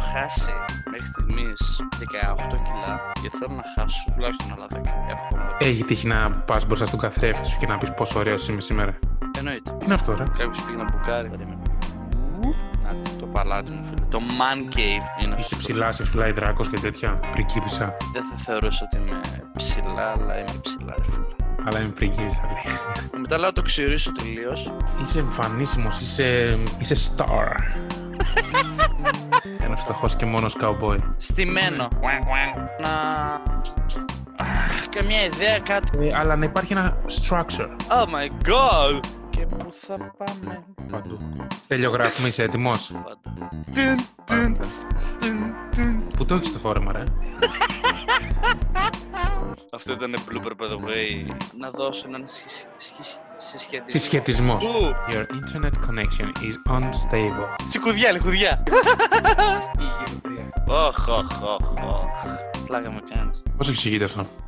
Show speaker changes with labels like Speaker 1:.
Speaker 1: χάσει μέχρι στιγμής 18 κιλά και θέλω να χάσω τουλάχιστον άλλα 10. Εύχομαι.
Speaker 2: Έχει τύχει να πας μπροστά στον καθρέφτη σου και να πεις πόσο ωραίο είμαι σήμερα.
Speaker 1: Ε, Εννοείται.
Speaker 2: Τι είναι αυτό, ρε.
Speaker 1: Κάποιος πήγε να μπουκάρει. Περίμενε. Να δει το παλάτι μου, φίλε. Το Man Cave είναι
Speaker 2: Είσαι
Speaker 1: αυτό.
Speaker 2: ψηλά, σε φυλάει δράκο και τέτοια. Πρικίπισσα.
Speaker 1: Δεν θα θεωρούσα ότι είμαι ψηλά, αλλά είμαι ψηλά, ρε φίλε. Ε,
Speaker 2: Αλλά είμαι πρικίπισσα. λέει.
Speaker 1: Μετά λέω το ξηρίσω τελείως.
Speaker 2: Είσαι εμφανίσιμος, είσαι. είσαι star. Ένας φτωχός και μόνος cowboy.
Speaker 1: Στημένο.
Speaker 2: Ναι.
Speaker 1: Να. Αχ, Καμιά ιδέα, κάτι.
Speaker 2: Ε, αλλά να υπάρχει ένα structure
Speaker 1: Oh my god! Και πού θα πάμε
Speaker 2: παντού. Στέλιο γράφουμε, είσαι έτοιμος.
Speaker 1: πάντα. Τιν, τιν, τς, τιν, τιν.
Speaker 2: Που το έχεις το φόρεμα, ρε.
Speaker 1: Αυτό ήταν blooper, by the way. Να δώσω έναν συσ- συσ- συσχετισμό.
Speaker 2: Συσχετισμός.
Speaker 1: Ου,
Speaker 2: Your internet connection is unstable.
Speaker 1: Σικουδιά, λιχουδιά. Οχ, οχ, οχ, οχ. Πλάκα με κάνεις.
Speaker 2: Πώς εξηγείται αυτό.